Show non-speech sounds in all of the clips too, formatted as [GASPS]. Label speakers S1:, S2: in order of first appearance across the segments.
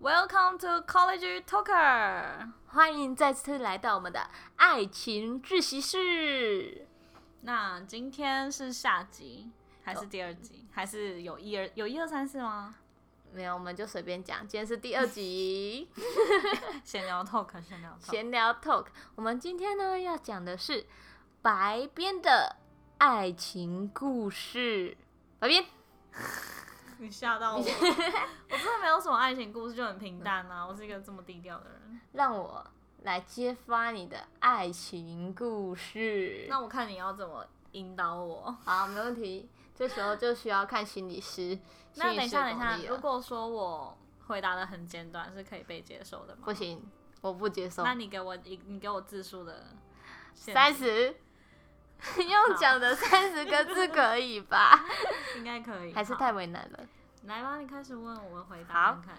S1: Welcome to College Talker。
S2: 欢迎再次来到我们的爱情自习室。
S1: 那今天是下集还是第二集？还是有一二有一二三四吗？
S2: 没有，我们就随便讲。今天是第二集
S1: 闲聊 Talk，闲 [LAUGHS] 聊 Talk。
S2: 闲聊 talk，我们今天呢要讲的是白边的爱情故事。白边，
S1: 你 [LAUGHS] 吓到我！我真的没有什么爱情故事，就很平淡啊。我是一个这么低调的人。
S2: 让我来揭发你的爱情故事。
S1: [LAUGHS] 那我看你要怎么引导我。
S2: 好，没问题。这时候就需要看心理师。
S1: 那
S2: 心理
S1: 等
S2: 师
S1: 一下，
S2: 的
S1: 等一
S2: 功
S1: 下，
S2: 力了
S1: 如果说我回答的很简短，是可以被接受的吗？
S2: 不行，我不接受。
S1: 那你给我一，你给我字数的限
S2: 三
S1: 制
S2: 十， [LAUGHS] 用讲的三十个字可以吧？
S1: 应该可
S2: [LAUGHS]
S1: 以，
S2: 还是
S1: 好
S2: 太为难了。
S1: 来吧，你开始问我回
S2: 好
S1: 答看看。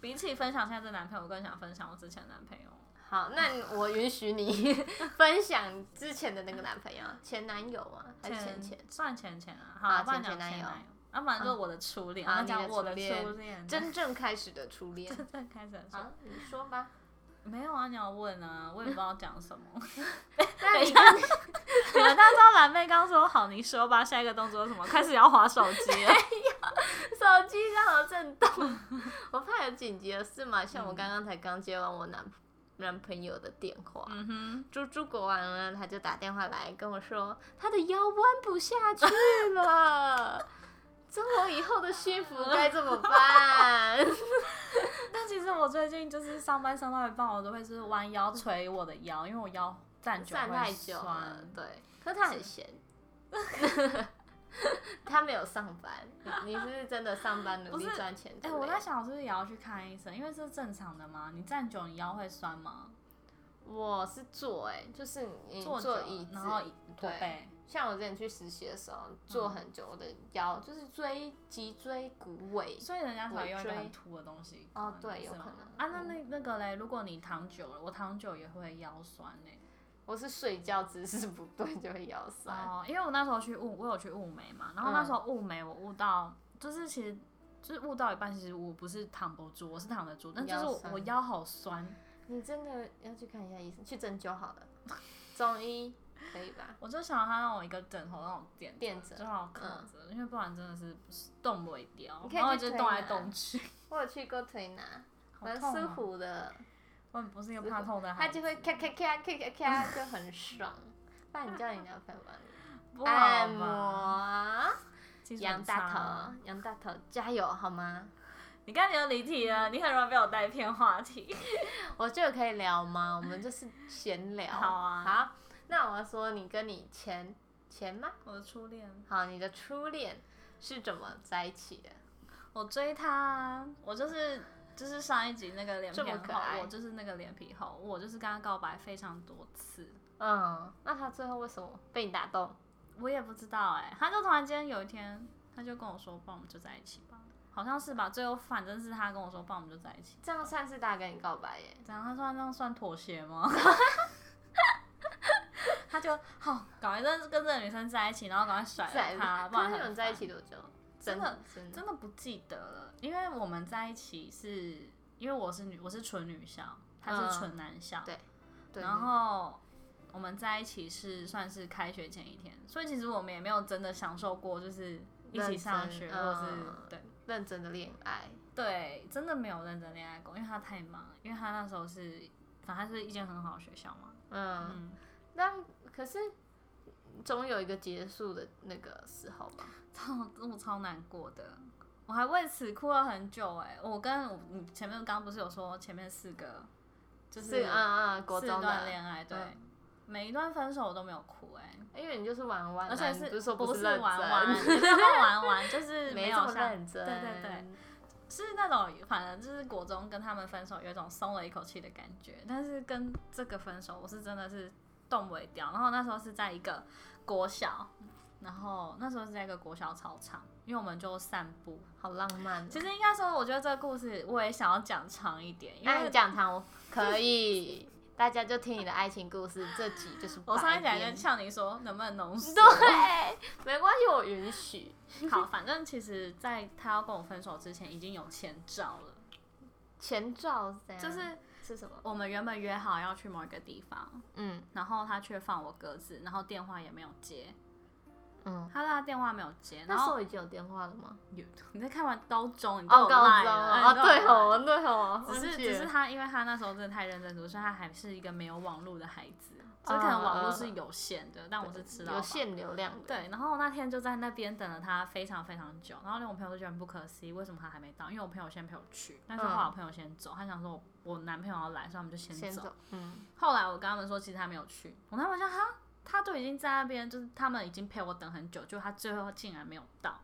S1: 比起分享现在这男朋友，我更想分享我之前的男朋友。
S2: 好，那我允许你 [LAUGHS] 分享之前的那个男朋友、前男友啊，还是前前？
S1: 算前前啊，
S2: 啊
S1: 好，不然
S2: 前前
S1: 讲前
S2: 男友
S1: 男友，要不然就是我的初恋，
S2: 啊
S1: 那
S2: 你
S1: 讲
S2: 的
S1: 我
S2: 初
S1: 的
S2: 恋
S1: 初恋。
S2: 真正开始的初恋。
S1: 正开始的时候
S2: 好，你说吧。
S1: 没有啊，你要问啊，我也不知道讲什 [LAUGHS] 么。
S2: [LAUGHS] 那你
S1: 你们大家知道蓝妹刚说好，你说吧，下一个动作是什么？开始要划手机了。
S2: 手机让我震动， [LAUGHS] 我怕有紧急的事嘛。像我刚刚才刚接完我男男朋友的电话，
S1: 嗯哼，
S2: 猪猪国王呢，他就打电话来跟我说，他的腰弯不下去了，中国以后的幸福该怎么 [LAUGHS] 办？
S1: 但其实我最近就是上班上到一半，我都会就是弯腰捶我的腰，因为我腰站久
S2: 站
S1: 会
S2: 太久了
S1: 酸，。
S2: 对，可是他很闲，他没有上班，你你是不是真的上班努
S1: 不
S2: 力
S1: 是
S2: 赚钱之类的？
S1: 哎、我在想，我是不是也要去看医生？因为这是正常的嘛。你站久，你腰会酸吗？
S2: 我是坐哎、就是你
S1: 坐
S2: 坐
S1: 久
S2: 椅子，
S1: 然后椅驼
S2: 对嗯
S1: 背，
S2: 像我之前去实习的时候，坐很久，我的腰就是椎脊椎骨尾
S1: 所以人家才会用一个
S2: 尾椎
S1: 很凸的东西。
S2: 哦
S1: 可能
S2: 对有
S1: 是吗
S2: 可能嗯
S1: 啊，那那那个嘞，如果你躺久了，我躺久也会腰酸欸嘞、
S2: 我是睡觉姿势不对就会腰酸。
S1: 哦，因为我那时候去雾，我有去雾眉
S2: 嗯
S1: 嘛，然后那时候雾眉我雾到，就是其实就是雾到一半，其实我不是躺不住，我是躺得住，但就是
S2: 腰
S1: 我
S2: 酸
S1: 我腰好酸，
S2: 你真的要去看一下医生，去针灸好了，中医可以吧？
S1: 我就想要他让我一个枕头让我垫
S2: 垫着嗯
S1: 就好靠着，因为不然真的是动不掉
S2: 你，可以
S1: 然后
S2: 去
S1: 就
S2: 推啊
S1: 动来
S2: 拿
S1: 动去，
S2: 我有去过推拿，
S1: 好
S2: 蛮
S1: 痛
S2: 舒
S1: 哦
S2: 服的，
S1: 我很不是一个怕痛的
S2: 它
S1: 孩子，
S2: 就会咔咔咔咔咔咔，就很爽。不然你叫你男朋友帮你
S1: 不
S2: 按
S1: 好吧，
S2: 摩，
S1: 技术
S2: 杨
S1: 很
S2: 大
S1: 差
S2: 头，杨大头加油好吗？
S1: 你看你又离题了，你很容易被我带偏话题。
S2: 我觉得可以聊吗？我们就是闲聊。
S1: 好
S2: [LAUGHS]
S1: 啊
S2: 好，那我要说你跟你前前吗？
S1: [LAUGHS] 我的初恋，
S2: 好，你的初恋是怎么在一起的？
S1: 我追他，我就是就是上一集那个脸皮
S2: 这么
S1: 很
S2: 可
S1: 厚
S2: 爱，
S1: 我就是那个脸皮厚，我就是跟他告白非常多次，
S2: 嗯，那他最后为什么被你打动？
S1: 我也不知道哎、他就突然间有一天，他就跟我说，不然我们就在一起吧，好像是吧，最后反正是他跟我说，不然我们就在一起。
S2: 这样算是大跟你告白耶？
S1: 怎样？他说他这样算妥协吗？ [LAUGHS] 他就好、搞一阵子跟这个女生在一起，然后赶快甩了她，不
S2: 可
S1: 然
S2: 是你
S1: 很
S2: 们在一
S1: 烦
S2: 起多久？
S1: 真的
S2: 真的
S1: 真的不记得了，因为我们在一起是因为我是女，我是纯女校，他是纯男校，
S2: 嗯对对
S1: 然后我们在一起是算是开学前一天，所以其实我们也没有真的享受过，就是一起上学，
S2: 认真
S1: 或是、
S2: 嗯
S1: 对
S2: 认真的恋爱，
S1: 对，真的没有认真恋爱过，因为他太忙，因为他那时候是反正他是一间很好的学校嘛，
S2: 嗯，
S1: 嗯，
S2: 那可是总有一个结束的那个时候吧？
S1: 超 [LAUGHS] 我超难过的。我还为此哭了很久哎、我跟我你前面刚不是有说前面四个就是
S2: 是嗯嗯，国
S1: 四
S2: 中
S1: 段
S2: 的，
S1: 恋爱，对，
S2: 嗯
S1: 每一段分手我都没有哭哎、
S2: 因为你就是玩玩啊，
S1: 而且
S2: 你
S1: 是
S2: 不是说
S1: 不
S2: 是
S1: 是
S2: 认
S1: 玩
S2: 真， [LAUGHS]
S1: 玩， [LAUGHS] 不是玩玩，就是
S2: 没这
S1: 有
S2: 么
S1: 像
S2: 认真，
S1: 对对对，是那种反正就是国中跟他们分手有一种松了一口气的感觉，但是跟这个分手我是真的是动不掉。然后那时候是在一个国小，然后那时候是在一个国小操场，因为我们就散步。
S2: 好浪漫哦。
S1: 其实应该说，我觉得这个故事我也想要讲长一点，因
S2: 那
S1: 为
S2: 你哎讲堂我可以，大家就听你的爱情故事，这集就是
S1: 我上一集
S2: 白
S1: 还
S2: 边
S1: 在呛你说能不能浓缩。
S2: [LAUGHS]
S1: 哦
S2: 对，没关系，我允许。
S1: 好，反正其实，在他要跟我分手之前，已经有前兆了。
S2: 前兆是怎样？
S1: 就是
S2: 是什么？
S1: 我们原本约好要去某一个地方，
S2: 嗯
S1: 然后他却放我鸽子，然后电话也没有接，
S2: 嗯，
S1: 他他电话没有接，
S2: 那
S1: 然
S2: 时
S1: 后
S2: 候已经有电话了吗？
S1: 有 [LAUGHS] 你在看完高中，你都
S2: 哦，
S1: 有
S2: 高
S1: 赖
S2: 中
S1: 了，
S2: 哦，
S1: 哎你都有
S2: 对
S1: 赖
S2: 哦，对哦，
S1: 只是
S2: 忘记
S1: 只是
S2: 了
S1: 他，因为他那时候真的太认真读书，所以他还是一个没有网络的孩子，所以可能网络是有限的，但我是吃
S2: 哦
S1: 到
S2: 有
S1: 饱
S2: 限流量的，
S1: 对，然后那天就在那边等了他非常非常久，然后连我朋友都觉得很不可思议，为什么他还没到？因为我朋友先陪我去，但是后来我朋友先走，他想说我我男朋友要来，所以他们就先
S2: 先走，嗯，
S1: 后来我跟他们说，其实他没有去，我跟他们说哈，他都已经在那边，就是他们已经陪我等很久，就他最后竟然没有到。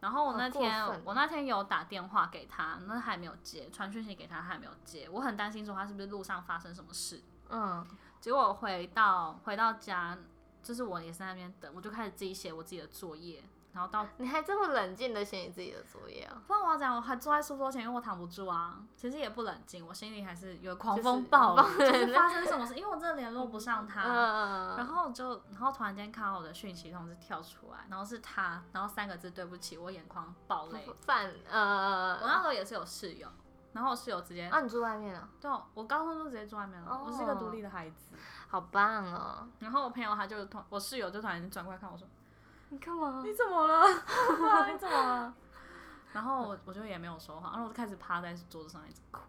S1: 然后我那
S2: 好过分
S1: 天我那天有打电话给他，那他还没有接，传讯息给他他还没有接，我很担心说他是不是路上发生什么事。
S2: 嗯，
S1: 结果我回到回到家，就是我也是在那边等，我就开始自己写我自己的作业，然后到
S2: 你还这么冷静的写你自己的作业哦，
S1: 不然我要讲，我还坐在书桌前，因为我躺不住啊。其实也不冷静，我心里还是有狂风暴雨，
S2: 就是
S1: 就是发生什么事，因为我真的联络不上他。
S2: 嗯，
S1: 然后就，然后突然间看到我的讯息通知跳出来，然后是他，然后三个字对不起，我眼眶爆泪。
S2: 饭，呃，
S1: 我那时候也是有室友，然后我室友直接，
S2: 啊，你住外面啊，
S1: 对我高中就直接住外面了，
S2: 哦
S1: 我是一个独立的孩子。
S2: 好棒哦，
S1: 然后我朋友他就突然，我室友就突然转过来
S2: [LAUGHS]
S1: 看我说，
S2: 你干嘛？
S1: 你怎么了？对啊你怎么了？ [LAUGHS] 然后我我就也没有说话，然后我就开始趴在桌子上一直哭。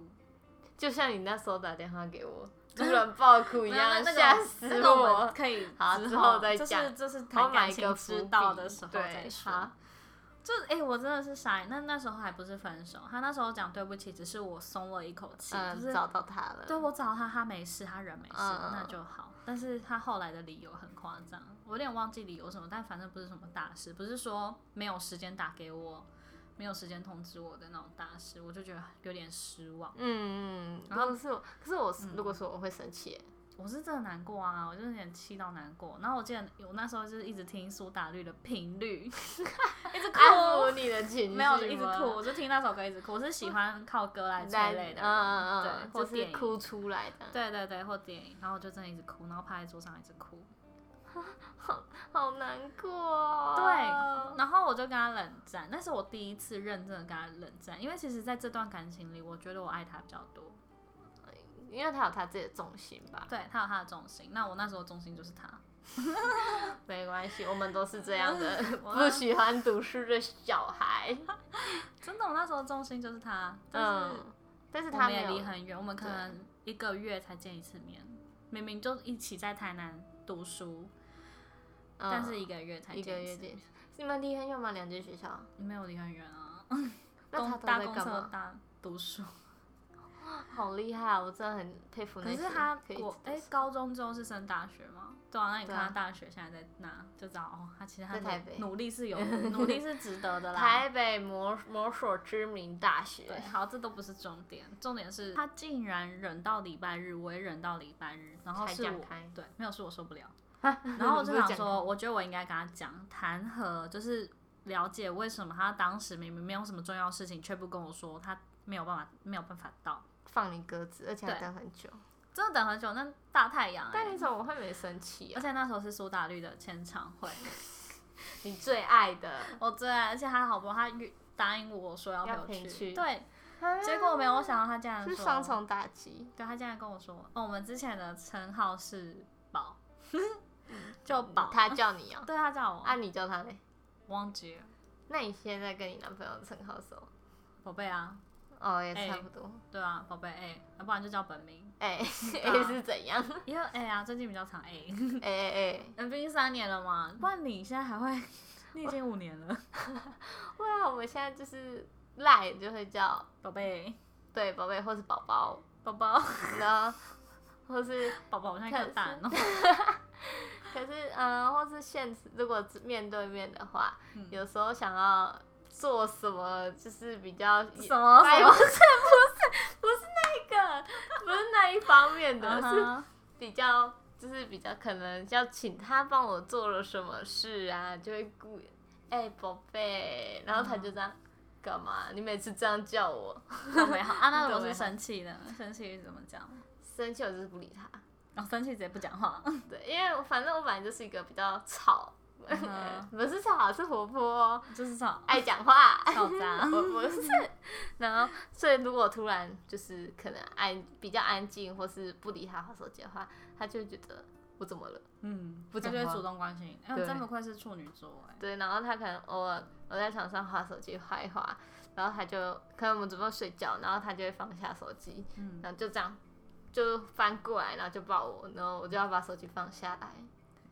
S2: 就像你那时候打电话给
S1: [LAUGHS]
S2: 我，突然爆哭一
S1: 没有那
S2: 样，
S1: 那个
S2: 吓死
S1: 那个我
S2: 我
S1: 们！可以
S2: 好
S1: 之
S2: 之后再
S1: 就是
S2: 讲，Oh
S1: 就是
S2: 我
S1: 谈
S2: 买
S1: 感
S2: 一个
S1: 情
S2: 伏
S1: 知
S2: 笔
S1: 道的时候再
S2: 哦对，
S1: 说
S2: 好。，
S1: 就是哎、我真的是傻眼。那那时候还不是分手，他那时候讲对不起，只是我松了一口气，就
S2: 嗯，
S1: 是
S2: 找到他了，
S1: 对我找他，他没事，他人没事，
S2: 嗯
S1: 那就好。但是他后来的理由很夸张，我有点忘记理由什么，但反正不是什么大事，不是说没有时间打给我，没有时间通知我的那种大事，我就觉得有点失望。
S2: 嗯，嗯，如
S1: 然后嗯
S2: 果是我，可是我是如果说我会生气耶，
S1: 我是真的难过啊，我就有点气到难过。然后我记得我那时候就是一直听苏打绿的《频率》， [LAUGHS] 一 [LAUGHS] 直哭，
S2: 安抚你的情绪吗，
S1: 没有我就一直哭，我就听那首歌一直哭。我是喜欢靠歌来催
S2: 来，
S1: 泪的人，
S2: 嗯
S1: 对
S2: 嗯嗯，，
S1: 或
S2: 就是
S1: 电影，
S2: 哭出来的，
S1: 对对对，或电影。然后我就真的一直哭，然后趴在桌上一直哭。
S2: 好难过哦。
S1: 对，然后我就跟他冷战，那是我第一次认真的跟他冷战，因为其实在这段感情里，我觉得我爱他比较多。
S2: 因为他有他自己的重心吧，
S1: 对他有他的重心，那我那时候重心就是他。
S2: 没关系，我们都是这样 [LAUGHS] 的，
S1: 我
S2: 不喜欢读书的小孩。
S1: [LAUGHS] 真的，我那时候重心就是他，但是
S2: 嗯，但是
S1: 我
S2: 他
S1: 们
S2: 没
S1: 也
S2: 有
S1: 离很远，我们可能一个月才见一次面，明明就一起在台南读书，
S2: 嗯
S1: 但是一个月才
S2: 一个
S1: 见
S2: 月
S1: 次
S2: 见
S1: 面，，
S2: 你们离很远吗？两间学校？
S1: 没有离很远 [LAUGHS] 啊。
S2: 那他
S1: 公
S2: 都
S1: 搭
S2: 在
S1: 公
S2: 干
S1: 车
S2: 嘛？
S1: 搭读 [LAUGHS] 书，
S2: 好厉害啊，我真的很佩服那
S1: 可
S2: 些
S1: 是他
S2: [LAUGHS] 可以
S1: 我
S2: 哎
S1: 哎，高中之后是升大学吗？对啊，那你
S2: 对
S1: 看
S2: 啊
S1: 他大学现在在哪，就知道哦，他其实他
S2: 在台
S1: 努
S2: 北
S1: 努力是
S2: [LAUGHS]
S1: 有努力是值得的啦。
S2: 台北某某所知名大学
S1: 对，好，这都不是重点，重点是他竟然忍到礼拜日，我也忍到礼拜日，然后
S2: 才
S1: 是
S2: 讲
S1: 我
S2: 开
S1: 对，没有是我受
S2: [LAUGHS]
S1: 不了。然后我
S2: 嗯不
S1: 就
S2: 是
S1: 想
S2: 讲
S1: 说，我觉得我应该跟他讲谈和，就是了解为什么他当时明明没有什么重要事情，却不跟我说，他没有办法没有办法到，
S2: 放你鸽子，而且还
S1: 对
S2: 等很久。
S1: 真的等很久，那大太阳、欸，
S2: 但你怎么会没生气
S1: 而
S2: 啊？
S1: 且那时候是苏打绿的签唱会， [LAUGHS]
S2: 你最爱的，
S1: 我最爱，而且他好不容易他约答应我说要
S2: 要
S1: 陪
S2: 陪
S1: 我
S2: 你
S1: 去，
S2: 去啊
S1: 对，结果没有，我想到他竟然
S2: 是
S1: 说
S2: 双重打击。
S1: 对他竟然跟我说，哦，我们之前的称号是宝，
S2: 嗯
S1: [LAUGHS] 就宝，
S2: 他 [LAUGHS] 叫你啊，
S1: 对他叫我，
S2: 啊，你叫他嘞？
S1: 忘记了，
S2: 那你现在跟你男朋友称号什么？
S1: 宝贝啊，
S2: 哦，也
S1: 哎
S2: 差不多。
S1: 对啊，宝贝 A，要不然就叫本名，
S2: 哎、
S1: 啊
S2: A 是怎样？
S1: 也有 A 啊，最近比较 [LAUGHS] 常 A，
S2: 哎哎
S1: 嗯毕竟三年了嘛，不然你现在还会，你已经五年了，
S2: 哎，会啊，我们现在就是赖就会叫
S1: 宝贝，
S2: 对宝贝或是宝宝，
S1: 宝宝，
S2: 然后或是
S1: 宝宝，我现在可大哦，
S2: 可是嗯、呃或是现实如果是面对面的话，
S1: 嗯
S2: 有时候想要做什么就是比较
S1: 什么
S2: 哎
S1: 什
S2: 不
S1: 么
S2: 是不是不是那个不是那一方面的，
S1: 嗯
S2: 是
S1: 哼
S2: 比较就是比较可能要请他帮我做了什么事啊，就会故意哎宝贝，然后他就这样
S1: 嗯
S2: 干嘛？你每次这样叫我，
S1: 都没好啊。那如果
S2: 都没
S1: 是
S2: 好
S1: 生气呢？生气怎么讲？哦
S2: 生气我就是不理他。
S1: 然后生气直接不讲话。
S2: 对，因为我反正我本来就是一个比较吵，
S1: 嗯
S2: [LAUGHS] 不是吵，是活泼哦、
S1: [LAUGHS] 就是吵
S2: 爱讲话。
S1: 吵 [LAUGHS] 杂，
S2: 我我是，然后所以如果突然就是可能安比较安静，或是不理他划手机的话，他就会觉得我怎么了？
S1: 嗯，
S2: 不
S1: 他
S2: 讲
S1: 就
S2: 话
S1: 会主动关心你。哎，
S2: 对
S1: 真不愧是处女座哎，
S2: 对，然后他可能偶尔我在床上划手机划一划，然后他就可能我们准备要睡觉，然后他就会放下手机，
S1: 嗯，
S2: 然后就这样就翻过来，然后就抱我，然后我就要把手机放下来，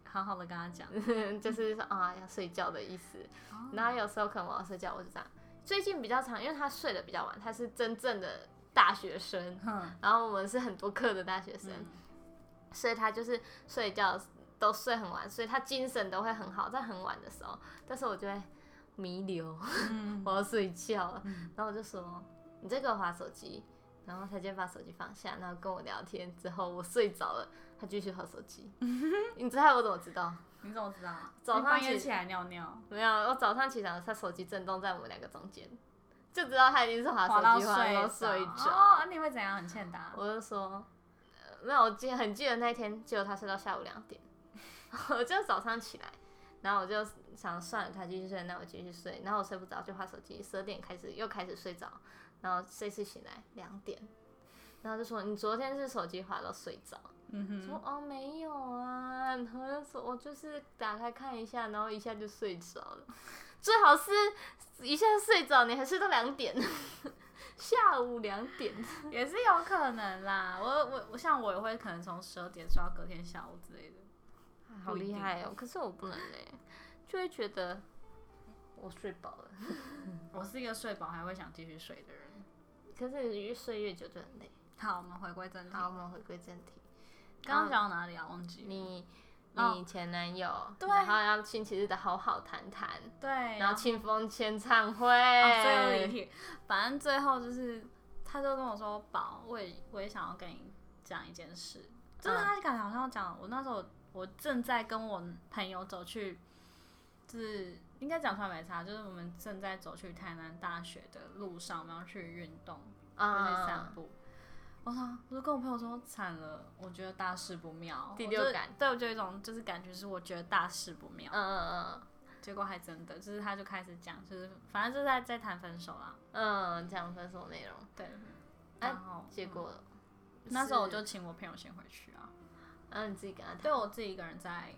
S1: 好好的跟他讲。
S2: [LAUGHS] 就是说啊要睡觉的意思。
S1: 哦
S2: 然后有时候可能我要睡觉，我就这样。最近比较长，因为他睡得比较晚，他是真正的大学生，
S1: 哼，
S2: 然后我们是很多课的大学生，
S1: 嗯
S2: 所以他就是睡觉都睡很晚，所以他精神都会很好，在很晚的时候。但是我就会弥留，[LAUGHS]
S1: 嗯
S2: 我要睡觉了，
S1: 嗯
S2: 然后我就说你在给我划手机，然后他就把手机放下，然后跟我聊天之后，我睡着了，他继续划手机。 [LAUGHS] 你知道我怎么知道？
S1: 你怎么知道？
S2: 早上
S1: 你半夜
S2: 起
S1: 起来尿尿，
S2: 没有，我早上起床，他手机震动在我们两个中间，就知道他一定是滑
S1: 滑
S2: 手
S1: 到
S2: 机
S1: 睡
S2: 滑到睡
S1: 着。
S2: 着。
S1: 哦，那你会怎样？很欠打。
S2: 我就说，呃没有，我记很记得那一天，结果他睡到下午两点， [LAUGHS] 我就早上起来，然后我就想算了，他继续睡，那我继续睡，然后我睡不着就划手机，十二点开始又开始睡着，然后这次醒来两点，然后就说你昨天是手机滑到睡着。
S1: 嗯哼，
S2: 说哦没有啊，然后就说我就是打开看一下，然后一下就睡着了。 [LAUGHS] 最好是一下睡着，你还睡到两点， [LAUGHS] 下午两点。 [LAUGHS]
S1: 也是有可能啦。我我我像我也会可能从十二点睡到隔天下午之类的。
S2: 好厉害哦！可是我不能嘞， [LAUGHS] 就会觉得我睡饱了。
S1: 我是一个睡饱还会想继续睡的人。
S2: 可是你越睡越久就很累。
S1: 好，我们回归正题。
S2: 好，我们回归正题，
S1: 刚刚讲到哪里啊？忘记了。
S2: 你
S1: 哦
S2: 你前男友，
S1: 对
S2: 然后要星期日的好好谈谈，
S1: 对，
S2: 然后庆丰签唱会，
S1: 哦，最
S2: 哎
S1: 后离题。反正最后就是，他就跟我说：“宝，我也我也想要跟你讲一件事。”
S2: 嗯
S1: 就是他感觉好像讲，我那时候我正在跟我朋友走去，就是应该讲出来没差，就是我们正在走去台南大学的路上，我们要去运动，就去散
S2: 啊，
S1: 步。我操！我就跟我朋友说，惨了，我觉得大事不妙。
S2: 第
S1: 我
S2: 六
S1: 就
S2: 感，
S1: 对我就有一种就是感觉是我觉得大事不妙
S2: 嗯。嗯嗯。
S1: 结果还真的，就是他就开始讲，就是反正就是在在谈分手啦。
S2: 嗯，讲分手内容，
S1: 对，
S2: 哎
S1: 然后
S2: 结果、，
S1: 啊那时候我就是请我朋友先回去啊，
S2: 然后你自己跟他
S1: 对
S2: 谈，
S1: 我自己一个人在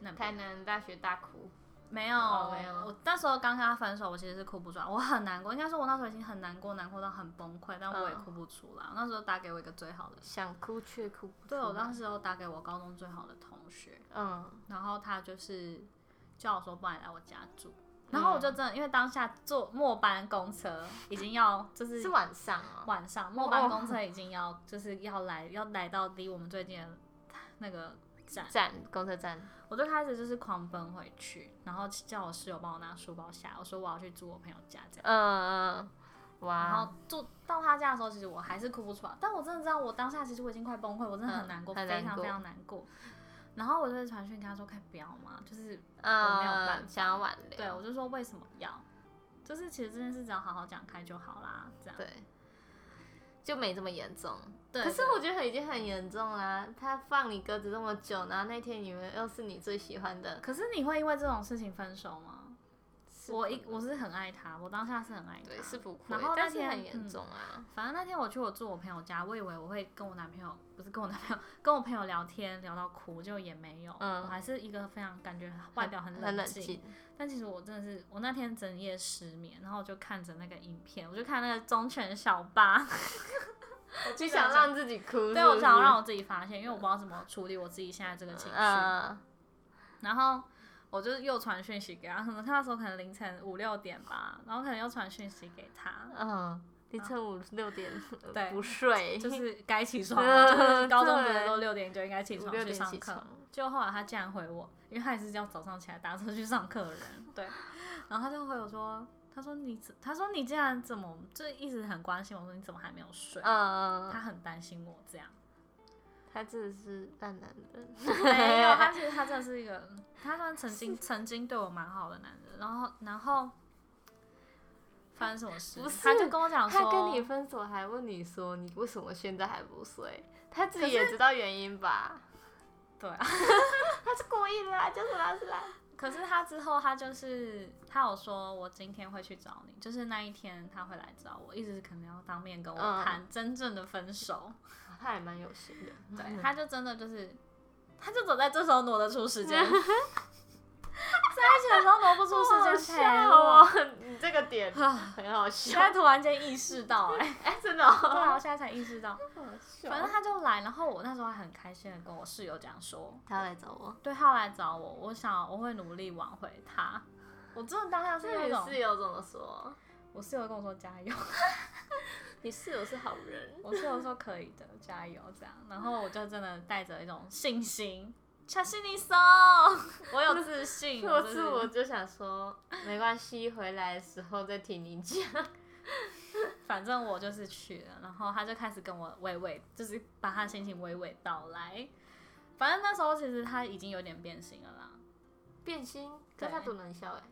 S1: 那边
S2: 台南大学大哭，
S1: 没有、
S2: 哦没有
S1: 我那时候刚跟他分手，我其实是哭不出来，我很难过，应该说我那时候已经很难过，难过到很崩溃，但我也
S2: 嗯
S1: 哭不出来。我那时候打给我一个最好的，
S2: 想哭却哭不出
S1: 对我
S2: 来
S1: 当时有打给我高中最好的同学，
S2: 哦嗯，
S1: 然后他就是叫我说，不然来我家住。
S2: 嗯
S1: 然后我就真的，因为当下坐末班公车已经要就是
S2: 是晚上哦，
S1: 晚上末班公车已经要就是要来要来到离我们最近的那个站，
S2: 站公车站，
S1: 我就开始就是狂奔回去，然后叫我室友帮我拿书包下来，我说我要去住我朋友家这样。
S2: 嗯嗯，
S1: 然
S2: 哇，
S1: 后住到他家的时候，其实我还是哭不出来，但我真的知道我当下其实我已经快崩溃，我真的很难
S2: 嗯
S1: 过，
S2: 很
S1: 非
S2: 难
S1: 常
S2: 过
S1: 非常难过。然后我就传讯跟他说可以不要吗？就是我没有
S2: 嗯，
S1: 办法
S2: 想要挽留，
S1: 对我就说为什么要？就是其实这件事只要好好讲开就好啦，这样。
S2: 对，就没这么严重。
S1: 对
S2: 可是
S1: 对
S2: 我觉得已经很严重啦。他放你鸽子这么久，然后那天你们又是你最喜欢的，
S1: 可是你会因为这种事情分手吗？
S2: 是
S1: 我
S2: 不
S1: 一我是很爱他，我当下是很爱他，
S2: 对是不会
S1: 然后，那
S2: 但是
S1: 天
S2: 很严
S1: 嗯
S2: 重啊。
S1: 反正那天我去我住我朋友家，我以为我会跟我男朋友，不是跟我男朋友，跟我朋友聊天聊到哭，就也没有。
S2: 嗯
S1: 我还是一个非常感觉外表很
S2: 很冷
S1: 静，
S2: 静，
S1: 但其实我真的是，我那天整夜失眠，然后我就看着那个影片，我就看那个忠犬小八， [LAUGHS]
S2: 就想让自己嗯哭是不是。
S1: 对我想要让我自己发泄，因为我不知道怎么处理我自己现在这个情绪。
S2: 嗯
S1: 然后我就又传讯息给他，可能他那时候可能凌晨五六点吧，然后可能又传讯息给他，
S2: 嗯，凌晨五六点
S1: 对
S2: 不睡，
S1: 就是该起床了，就是高中
S2: 对
S1: 别人嗯都六点就应该起
S2: 五
S1: 床
S2: 六
S1: 去
S2: 点
S1: 上
S2: 起
S1: 课
S2: 床，，
S1: 就后来他竟然回我，因为他也是要早上起来打车去上课的人， [LAUGHS] 对，然后他就回我说，他说你怎，他说你竟然怎么，就一直很关心我说你怎么还没有睡，
S2: 嗯，
S1: 他很担心我这样，
S2: 他真的是烂男人，
S1: [LAUGHS] 没有，他其实他真的是一个，他算曾经曾经对我蛮好的男人，然后然后发生什么事
S2: 不，是
S1: 他就跟我讲说，
S2: 他跟你分手还问你说你为什么现在还不睡，他自己也知道原因吧？
S1: 对啊。
S2: 啊他是故意的啦，就是他是啦，
S1: 可是他之后，他就是他有说，我今天会去找你，就是那一天他会来找我，意思是可能要当面跟我
S2: 嗯
S1: 谈真正的分手。
S2: 他还蛮有心的。嗯
S1: 对，他就真的就是，他就走在这时候挪得出时 [LAUGHS] 间，在一起的时候挪不出时间 [LAUGHS] 陪我。
S2: 哦，你这个点很好
S1: 现
S2: 笑，
S1: 在突然间意识到、哎，
S2: 哎，真的
S1: [LAUGHS] 对啊，
S2: 哦，
S1: 我现在才意识到，
S2: 好 [LAUGHS] 笑
S1: 反正他就来，然后我那时候还很开心的跟我室友讲说，
S2: 他要来找我，
S1: 对他来找我，我想我会努力挽回他。我真的当下是
S2: 那
S1: 那
S2: 你
S1: 种，
S2: 室友怎么说？
S1: 我室友跟我说加油，
S2: 你室友是好人，
S1: 我室友说可以的，加油这样。然后我就真的带着一种信心，相信你手，我有自信。
S2: 我
S1: 就是
S2: 我就想 [LAUGHS] 说，没关系，回来的时候再听你 [LAUGHS] 讲。
S1: 反正我就是去了，然后他就开始跟我娓娓，就是把他心情娓娓道来。反正那时候其实他已经有点变心了啦，
S2: 变心，
S1: 对
S2: 可他读能笑哎，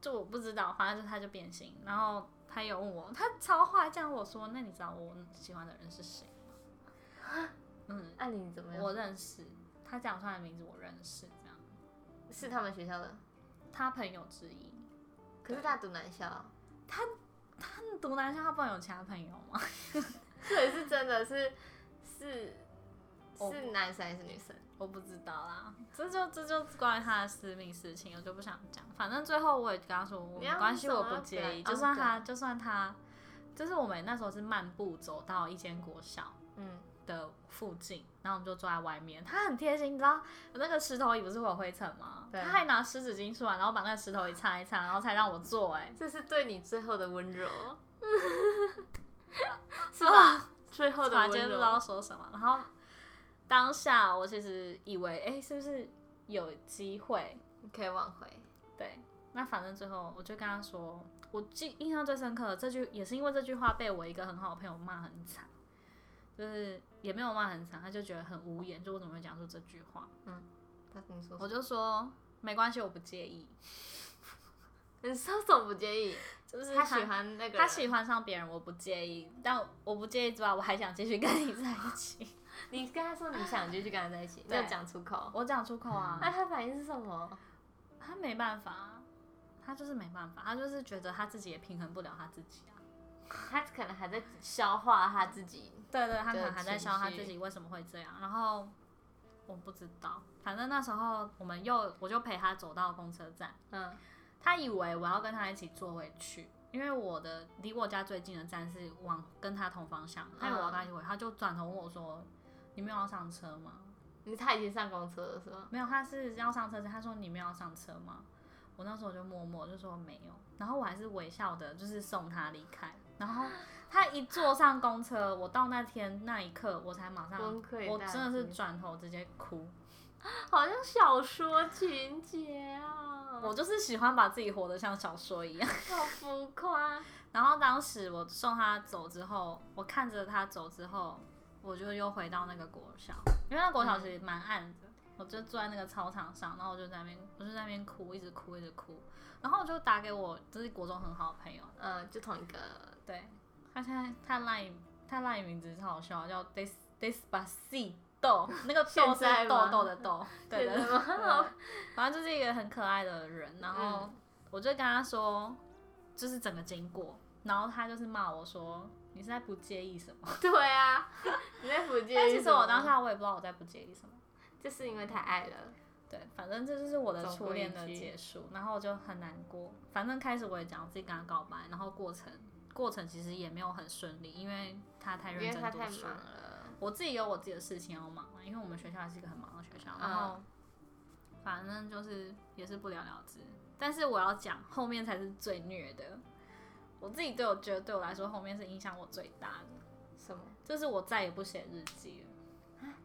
S1: 就我不知道，反正就他就变心，然后他有问我，他超坏，这样我说，那你知道我喜欢的人是谁吗？嗯，
S2: 那你怎么样？
S1: 我认识，他讲出来的名字我认识，这样，
S2: 是他们学校的，
S1: 他朋友之一。
S2: 可是他读男校 [LAUGHS] 啊，
S1: 他读男校，他不能有其他朋友吗？
S2: 这也是真的是是哦
S1: 我
S2: 是男生还是女生？
S1: 我不知道啦，这就这就关于他的私密事情，我就不想讲。反正最后我也跟他说，我
S2: 你
S1: 没
S2: 要
S1: 关系，
S2: 怎
S1: 我
S2: 么
S1: 不介意。
S2: 表
S1: 就算
S2: 哦对
S1: 他，就算他，就是我们那时候是漫步走到一间国小
S2: 嗯，
S1: 的附近，然后我们就坐在外面。他很贴心，你知道那个石头椅不是会有灰尘吗？
S2: 对啊
S1: 他还拿湿纸巾出来，然后把那个石头椅擦一擦，然后才让我坐、
S2: [LAUGHS]
S1: 哎，
S2: 这是对你最后的温柔， [LAUGHS] 哦是吧？最后
S1: 突
S2: 的
S1: 然间
S2: 温
S1: 不
S2: 柔
S1: 知，道说什么。然后当下我其实以为，哎、是不是有机会？
S2: 你可以挽回。
S1: 对，那反正最后我就跟他说，我记印象最深刻的这句，也是因为这句话被我一个很好的朋友骂很惨，就是也没有骂很惨，他就觉得很无言，就我怎么会讲出这句话？
S2: 他跟你说什么，
S1: 我就说没关系，我不介意，
S2: 你说怎么不介意？
S1: 就是
S2: 他喜欢那个人，
S1: 他喜欢上别人，我不介意，但我不介意之外，我还想继续跟你在一起。
S2: 你跟他说你想，你就去跟他在一 [LAUGHS] 起，你
S1: 对
S2: 有讲出口。
S1: [LAUGHS] 我讲出口啊，
S2: 那他反应是什么？
S1: 他没办法，啊他就是没办法，他就是觉得他自己也平衡不了他自己啊。
S2: 他可能还在消化他自己，
S1: 对对，他可能
S2: 的
S1: 还在
S2: 情
S1: 想他
S2: 绪
S1: 自己为什么会这样，然后我不知道，反正那时候我们又我就陪他走到公车站，
S2: 嗯，
S1: 他以为我要跟他一起坐回去，因为我的离我家最近的站是往跟他同方向，他以
S2: 嗯
S1: 为我要跟他一起回去，他就转头问我说：“你没有要上车吗
S2: 你他已经上公车了是吗？” [GASPS]
S1: 没有，他是要上车，他说：“你没有要上车吗？”我那时候就默默就说没有，然后我还是微笑的，就是送他离开。然后他一坐上公车，我到那天那一刻，我才马上
S2: 崩溃，
S1: 我真的是，转头直接哭，
S2: 好像小说情节啊，
S1: 我就是喜欢把自己活得像小说一样。
S2: 好浮夸。
S1: 然后当时我送他走之后，我看着他走之后，我就又回到那个国小，因为那国小其实蛮暗的，我就坐在那个操场上，然后我就在那边，我就在那边哭，一直哭，一直哭。然后我就打给我，就是国中很好的朋友，
S2: 嗯，就同一个，
S1: 对他现在他赖他赖名字超好笑，叫 Des Despacito，那个豆
S2: 现
S1: 是
S2: 在
S1: 豆
S2: 吗
S1: 豆
S2: [LAUGHS]
S1: 的豆，
S2: 现
S1: 对的
S2: 在吗好，
S1: 反正就是一个很可爱的人。然后
S2: 嗯
S1: 我就跟他说，就是整个经过，然后他就是骂我说你是在不介意什么？
S2: 对啊，你在福建。
S1: 但其实我当下我也不知道我在不介意什么。
S2: 就是因为太爱了，
S1: 对，反正这就是我的
S2: 总
S1: 初
S2: 归
S1: 恋
S2: 一
S1: 的
S2: 句
S1: 结束，然后我就很难过。反正开始我也讲自己跟他告白，然后过程过程其实也没有很顺利，因为他太
S2: 因
S1: 认
S2: 为
S1: 真
S2: 他
S1: 读
S2: 太
S1: 书
S2: 忙。了。
S1: 我自己有我自己的事情要忙啊嘛，因为我们学校也是一个很忙的学校，
S2: 嗯
S1: 然后反正就是也是不了了之。但是我要讲后面才是最虐的，我自己对我觉得对我来说后面是影响我最大的，
S2: 什么？
S1: 就是我再也不写日记了。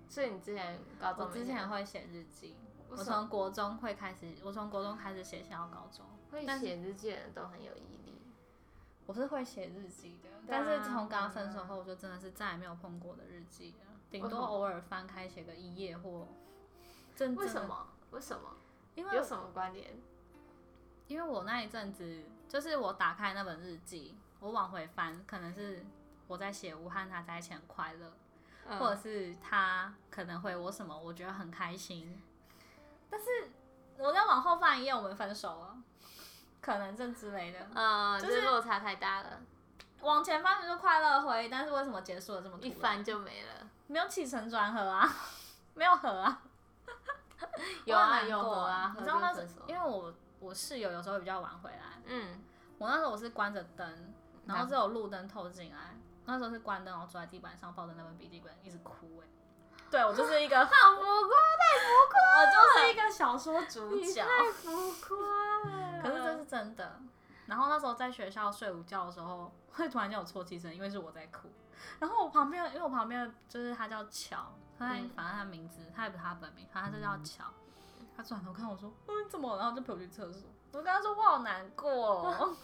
S2: 所以你之前高
S1: 我
S2: 中没
S1: 之
S2: 有
S1: 前会写日记，我
S2: 哦为什么
S1: 从国中会开始，我从国中开始写写到高中，
S2: 会
S1: 但是
S2: 写日记的人都很有毅力。
S1: 我是会写日记的，
S2: 对啊
S1: 但是从跟他分手后，我就真的是再也没有碰过我的日记了，顶
S2: 为什
S1: 多
S2: 么
S1: 偶尔翻开写个一页或。真
S2: 为
S1: 真
S2: 什
S1: 的
S2: 么？为什么？
S1: 因为
S2: 有什么关联？
S1: 因为我那一阵子，就是我打开那本日记，我往回翻，可能是我在写我和他在一起很快乐，
S2: 嗯
S1: 或者是他可能回我什么，我觉得很开心。但是我在往后翻半夜我们分手了，可能这之类的。
S2: 嗯，
S1: 就
S2: 就是是落差太大了，
S1: 往前翻就快乐回忆，但是为什么结束的这么突
S2: 一
S1: 然？
S2: 翻就没了。
S1: 没有起承转合啊， [LAUGHS] 没有合啊。
S2: 有
S1: 我
S2: 啊
S1: 很难
S2: 有
S1: 过
S2: 合啊，
S1: 你知道那
S2: 合就
S1: 时
S2: 分手
S1: 因为我我室友有时候比较晚回来，
S2: 嗯，
S1: 我那时候我是关着灯，然后只有路灯透进来，那时候是关灯，我坐在地板上抱着那本笔记本一直哭哎、对我就是一个，我 [LAUGHS]
S2: 好浮夸，
S1: 就是 [LAUGHS] 一个小说主
S2: 你
S1: 角，嗯
S2: 太浮夸了。
S1: 可 [LAUGHS] 是这是真的。然后那时候在学校睡午觉的时候，会突然间有啜泣声，因为是我在哭。然后我旁边，因为我旁边就是他叫乔，他在
S2: 嗯
S1: 反正他名字，他也不是他本名，反正他就叫乔。他转头看我说：“嗯，你怎么了？”然后就陪我去厕所。我就跟他说：“我好难过 [LAUGHS] 哦。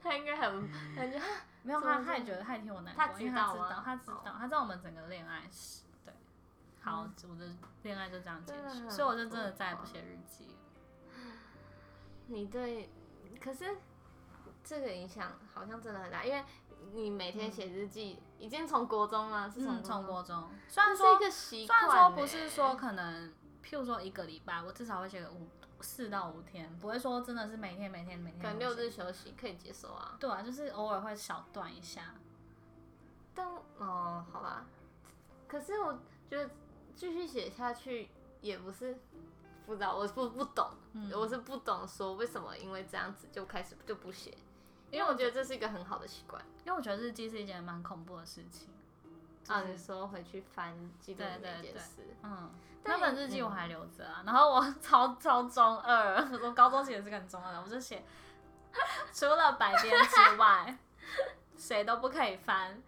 S2: 他应该很感觉”
S1: 没有，
S2: 怎么
S1: 他
S2: 这
S1: 他也
S2: 样
S1: 觉得他也替我难过，
S2: 他
S1: 因为
S2: 知
S1: 他
S2: 道啊
S1: 知
S2: 吗
S1: 道，他知道，他知道我们整个恋爱史。对，好，我的恋爱就这样结
S2: 嗯真的
S1: 束，
S2: 很啊
S1: 所以我就真的
S2: 浮
S1: 再也
S2: 夸
S1: 不写日记了。
S2: 你对，可是这个影响好像真的很大，因为你每天写日记，已经从国中吗？是从
S1: 嗯，从
S2: 国
S1: 国
S2: 中，
S1: 中，虽然
S2: 这是
S1: 说
S2: 一个习
S1: 虽
S2: 惯
S1: 然
S2: 欸。
S1: 说不是说可能，譬如说一个礼拜，我至少会写个五四到五天，不会说真的是每天每天每天。
S2: 可能六日。休息可以接受啊，
S1: 对啊，就是偶尔会小断一下。
S2: 但哦，好吧，可是我觉得继续写下去也不是。不知道，我不不懂，
S1: 嗯
S2: 我是不懂说为什么因为这样子就开始就不写，因为
S1: 因为
S2: 我
S1: 我
S2: 觉得这是一个很好的习惯
S1: 因为我觉得日记是一件蛮恐怖的事情。
S2: 啊。你说回去翻记录
S1: 对
S2: 那
S1: 对
S2: 件
S1: 对
S2: 事，
S1: 嗯，
S2: 但
S1: 那本日记我还留着啊。然后我 [LAUGHS] 超超中二，我高中写的是个很中二的，我就写除了白边之外， [LAUGHS] 谁都不可以翻。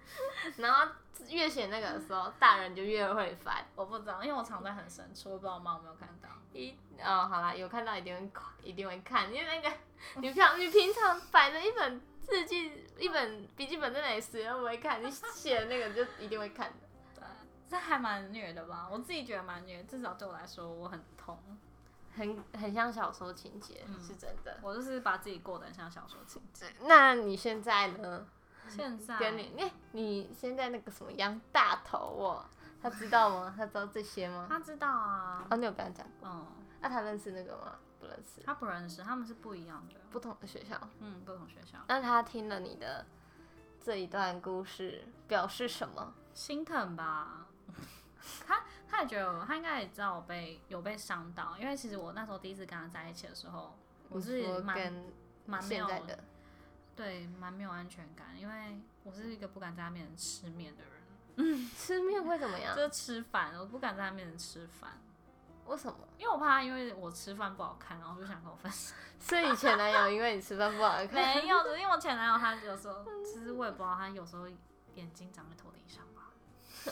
S2: 然后越写那个的时候，大人就越会翻。
S1: 我不知道，因为我藏在很深处，我不知道我妈有没有看到。
S2: 一哦，好啦，有看到一定会看一定会看，因为那 [LAUGHS] 个你平你平常摆着一本日记、一本笔记本在那里，谁都不会看。你写的那个就一定会看的。
S1: 对，这还蛮虐的吧？我自己觉得蛮虐，至少对我来说我很痛。
S2: 很很像小说情节，
S1: 嗯
S2: 是真的。
S1: 我就是把自己过得很像小说情节。
S2: 那你现在呢？
S1: 现在
S2: 跟你，你你现在那个什么杨大头哦，他知道吗？他知道这些吗？ [LAUGHS]
S1: 他知道啊，
S2: 哦，你有跟他讲？
S1: 嗯，
S2: 那、他认识那个吗？不认识，
S1: 他不认识，他们是不一样的，
S2: 不同的学校。
S1: 嗯，不同学校，
S2: 那他听了你的这一段故事，表示什么？
S1: 心疼吧。他他也觉得我，他应该也知道我被有被伤到，因为其实我那时候第一次跟他在一起的时候，我
S2: 你
S1: 是
S2: 说
S1: 蛮
S2: 跟
S1: 蛮没
S2: 现
S1: 有
S2: 在的， [LAUGHS]
S1: 对蛮没有安全感，因为我是一个不敢在他面前吃面的人，
S2: 吃面会怎么样
S1: 就？是吃饭，我不敢在他面前吃饭。
S2: 为什
S1: [LAUGHS]
S2: 么？
S1: 因为我怕，因为我吃饭不好看，然后我就想跟我分
S2: [LAUGHS]
S1: 手。
S2: 是以前男友因为你吃饭不好看，
S1: 没有，只是因为我前男友他有时候，其实我也不知道他有时候眼睛长在头顶上
S2: [LAUGHS]
S1: 吧。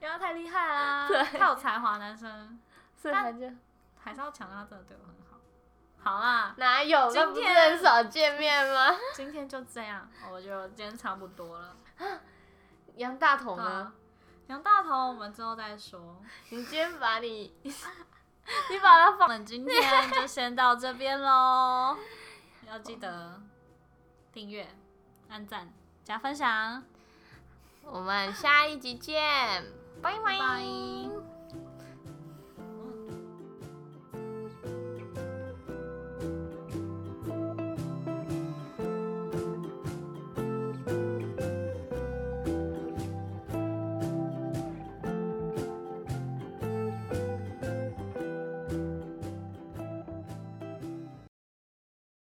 S1: 因为他太厉害啦，
S2: 对
S1: 太有才华，男生
S2: 所以他就
S1: 还是要强调他真的对我很好。好啦，
S2: 哪有？
S1: 今
S2: 那不是
S1: 天
S2: 很少见面吗？
S1: 今天就这样，我觉得今天差不多了。
S2: 杨大头
S1: 好
S2: 呢
S1: 吗？？杨大头，我们之后再说。
S2: 你今天把你，你把他
S1: 我
S2: 放，
S1: 们今天就先到这边喽，要记得订阅、按赞、加分享。
S2: 我们下一集见，拜拜
S1: 拜拜